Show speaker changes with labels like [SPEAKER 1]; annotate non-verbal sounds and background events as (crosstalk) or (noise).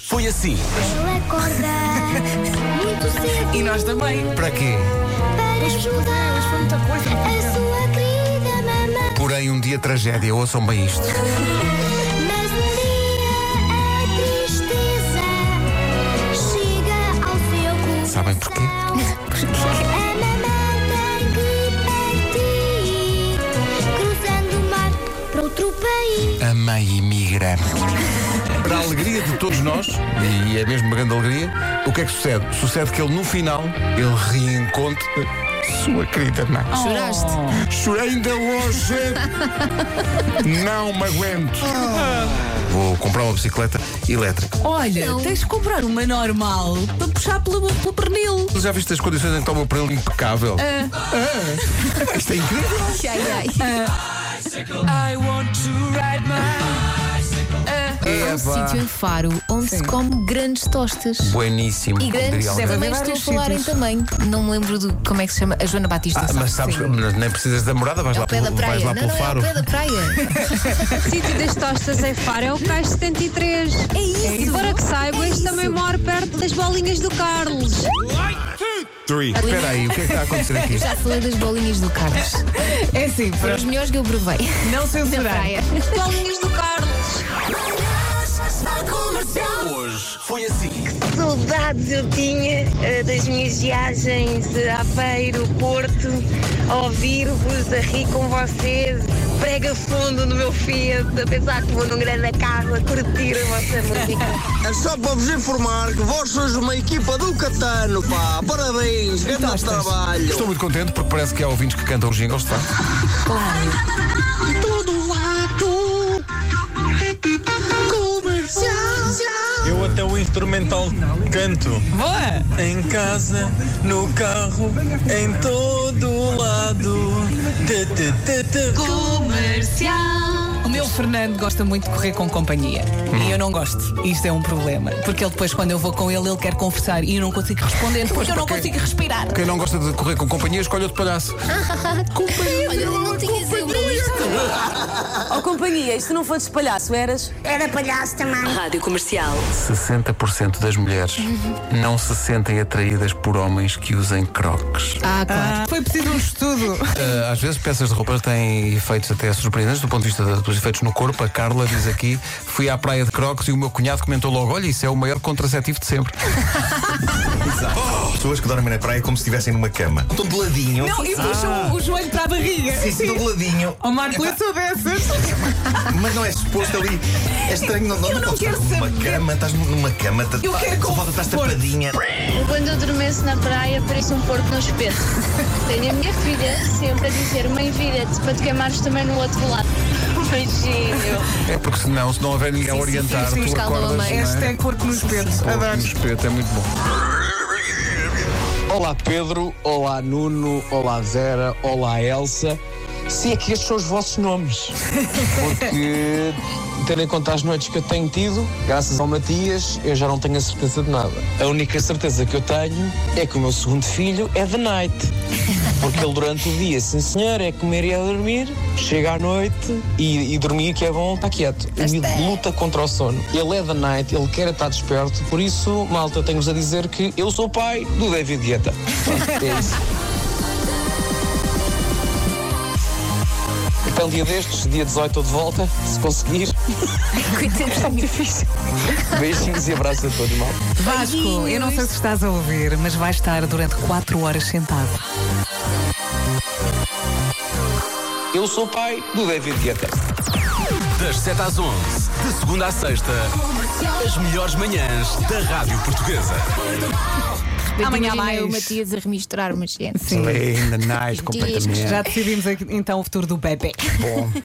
[SPEAKER 1] Foi assim.
[SPEAKER 2] Ele acorda muito cedo
[SPEAKER 3] E nós também.
[SPEAKER 4] Para quê?
[SPEAKER 2] para ajudar a sua querida mamãe.
[SPEAKER 4] Porém, um dia tragédia, ouçam bem isto.
[SPEAKER 2] Mas um dia a tristeza chega ao seu coração.
[SPEAKER 4] Sabem porquê?
[SPEAKER 2] A mamãe tem que partir, cruzando o mar para outro país.
[SPEAKER 4] A mãe imigra. Para a alegria de todos nós, e é mesmo uma grande alegria, o que é que sucede? Sucede que ele, no final, ele reencontra sua querida mãe.
[SPEAKER 5] Oh.
[SPEAKER 6] Choraste?
[SPEAKER 4] Chorei ainda hoje. Não me aguento.
[SPEAKER 5] Oh.
[SPEAKER 4] Vou comprar uma bicicleta elétrica.
[SPEAKER 6] Olha, tens de comprar uma normal para puxar pelo, pelo pernil.
[SPEAKER 4] Já viste as condições em que está o meu pernil impecável? Ah, Isto é incrível.
[SPEAKER 6] Ai, ai.
[SPEAKER 4] É,
[SPEAKER 5] um sítio em Faro onde se come grandes tostas.
[SPEAKER 4] Bueníssimo.
[SPEAKER 5] E
[SPEAKER 4] como
[SPEAKER 5] grandes,
[SPEAKER 4] diria alguém.
[SPEAKER 5] também
[SPEAKER 6] haver
[SPEAKER 5] estou a
[SPEAKER 6] vários
[SPEAKER 5] falar em tamanho. Não me lembro do como é que se chama. A Joana Batista.
[SPEAKER 4] Ah,
[SPEAKER 5] sabe?
[SPEAKER 4] mas sabes,
[SPEAKER 5] Sim.
[SPEAKER 4] mas nem precisas da morada, vais
[SPEAKER 5] É
[SPEAKER 4] lá
[SPEAKER 5] o pé da
[SPEAKER 4] pelo, vais lá
[SPEAKER 5] praia.
[SPEAKER 4] pelo
[SPEAKER 5] Não, não, é
[SPEAKER 4] faro.
[SPEAKER 5] o pé da
[SPEAKER 4] (laughs)
[SPEAKER 5] praia.
[SPEAKER 7] O sítio das tostas em Faro é o Cais 73.
[SPEAKER 5] É isso.
[SPEAKER 7] E para que saiba, este também mora perto das bolinhas do Carlos.
[SPEAKER 4] Espera aí, o que é que está a acontecer aqui?
[SPEAKER 5] (laughs) Já falei das bolinhas do Carlos.
[SPEAKER 6] É assim,
[SPEAKER 5] Foram
[SPEAKER 6] para
[SPEAKER 5] os melhores que eu provei.
[SPEAKER 6] não censurar.
[SPEAKER 5] Praia.
[SPEAKER 7] As bolinhas do Carlos.
[SPEAKER 1] Hoje foi assim.
[SPEAKER 8] saudades eu tinha eh, das minhas viagens a Aveiro, Porto, a ouvir-vos, a rir com vocês, prega fundo no meu Fiat, a pensar que vou num grande carro a curtir a vossa música.
[SPEAKER 9] É só para vos informar que vós sois uma equipa do Catano, pá. Parabéns, grande trabalho.
[SPEAKER 4] Estou muito contente porque parece que há ouvintes que cantam os jingles, de
[SPEAKER 5] (laughs)
[SPEAKER 4] facto.
[SPEAKER 10] Eu até o instrumental canto.
[SPEAKER 6] Boa!
[SPEAKER 10] Em casa, no carro, em todo o lado. Tê, tê, tê, tê.
[SPEAKER 6] O meu Fernando gosta muito de correr com companhia. E eu não gosto. Isto é um problema. Porque ele depois, quando eu vou com ele, ele quer conversar e eu não consigo responder porque eu não
[SPEAKER 4] porque-
[SPEAKER 6] consigo respirar.
[SPEAKER 4] Quem não gosta de correr com companhia, escolhe outro palhaço.
[SPEAKER 5] Olha, eu não tinhas eu uma lista.
[SPEAKER 11] Ó companhia, isto não foi de palhaço, eras?
[SPEAKER 2] Era palhaço também.
[SPEAKER 11] Rádio Comercial.
[SPEAKER 4] 60% das mulheres
[SPEAKER 5] Uhum.
[SPEAKER 4] não se sentem atraídas por homens que usem crocs.
[SPEAKER 5] Ah, claro.
[SPEAKER 6] Foi preciso um estudo.
[SPEAKER 4] Ah, às vezes peças de roupas têm efeitos até surpreendentes do ponto de vista da- dos efeitos no corpo. A Carla diz aqui: fui à praia de crocs e o meu cunhado comentou logo: olha, isso é o maior contraceptivo de sempre.
[SPEAKER 1] Pessoas que dormem na praia como se estivessem numa cama. Estão de ladinho.
[SPEAKER 6] Não, e puxam o joelho para a barriga.
[SPEAKER 1] Sim, sim, estão de ladinho.
[SPEAKER 6] Oh, Marco, eu sou dessas.
[SPEAKER 1] Mas não é suposto ali. É estranho, não, não,
[SPEAKER 6] Eu não
[SPEAKER 1] podes
[SPEAKER 6] quero
[SPEAKER 1] estar numa
[SPEAKER 6] saber.
[SPEAKER 1] cama, estás numa cama, tá-
[SPEAKER 6] Eu quero
[SPEAKER 1] só
[SPEAKER 6] com
[SPEAKER 1] falta estás
[SPEAKER 6] força.
[SPEAKER 1] tapadinha.
[SPEAKER 8] Eu, quando adormeço na praia, pareço um porco no espeto. Tenho a minha filha sempre a dizer: Mãe, vira-te para te queimares também no outro lado. Um Beijinho.
[SPEAKER 4] É porque senão, se não houver ninguém a orientar,
[SPEAKER 5] sim,
[SPEAKER 4] tu
[SPEAKER 5] escaldou a
[SPEAKER 4] acordas.
[SPEAKER 5] mãe.
[SPEAKER 4] não é?
[SPEAKER 6] Hashtag porco nos pelos. Adoro.
[SPEAKER 4] No espeto, é muito bom.
[SPEAKER 10] Olá Pedro, olá Nuno, olá Vera, olá Elsa. Se é que estes são os vossos nomes. Porque, tendo em conta as noites que eu tenho tido, graças ao Matias, eu já não tenho a certeza de nada. A única certeza que eu tenho é que o meu segundo filho é de night. Porque ele durante o dia, sim senhor, é comer e é dormir, chega à noite e, e dormir que é bom, está quieto. Ele luta contra o sono. Ele é da night, ele quer estar desperto, por isso, malta, tenho-vos a dizer que eu sou o pai do David Guetta. Pronto, é isso. Então, dia destes, dia 18, estou de volta, se conseguir. Está muito difícil. Beijinhos e abraços a todos, malta.
[SPEAKER 6] Vasco, eu não sei se estás a ouvir, mas vais estar durante 4 horas sentado.
[SPEAKER 10] Eu sou o pai do David Guetta.
[SPEAKER 1] Das 7 às 11, de segunda à sexta, as melhores manhãs da Rádio Portuguesa.
[SPEAKER 6] Amanhã
[SPEAKER 5] Imaginei
[SPEAKER 6] mais.
[SPEAKER 5] o Matias a remistrar uma gente.
[SPEAKER 4] Ainda nice, completamente.
[SPEAKER 6] Já decidimos aqui, então o futuro do bebê.
[SPEAKER 4] Bom.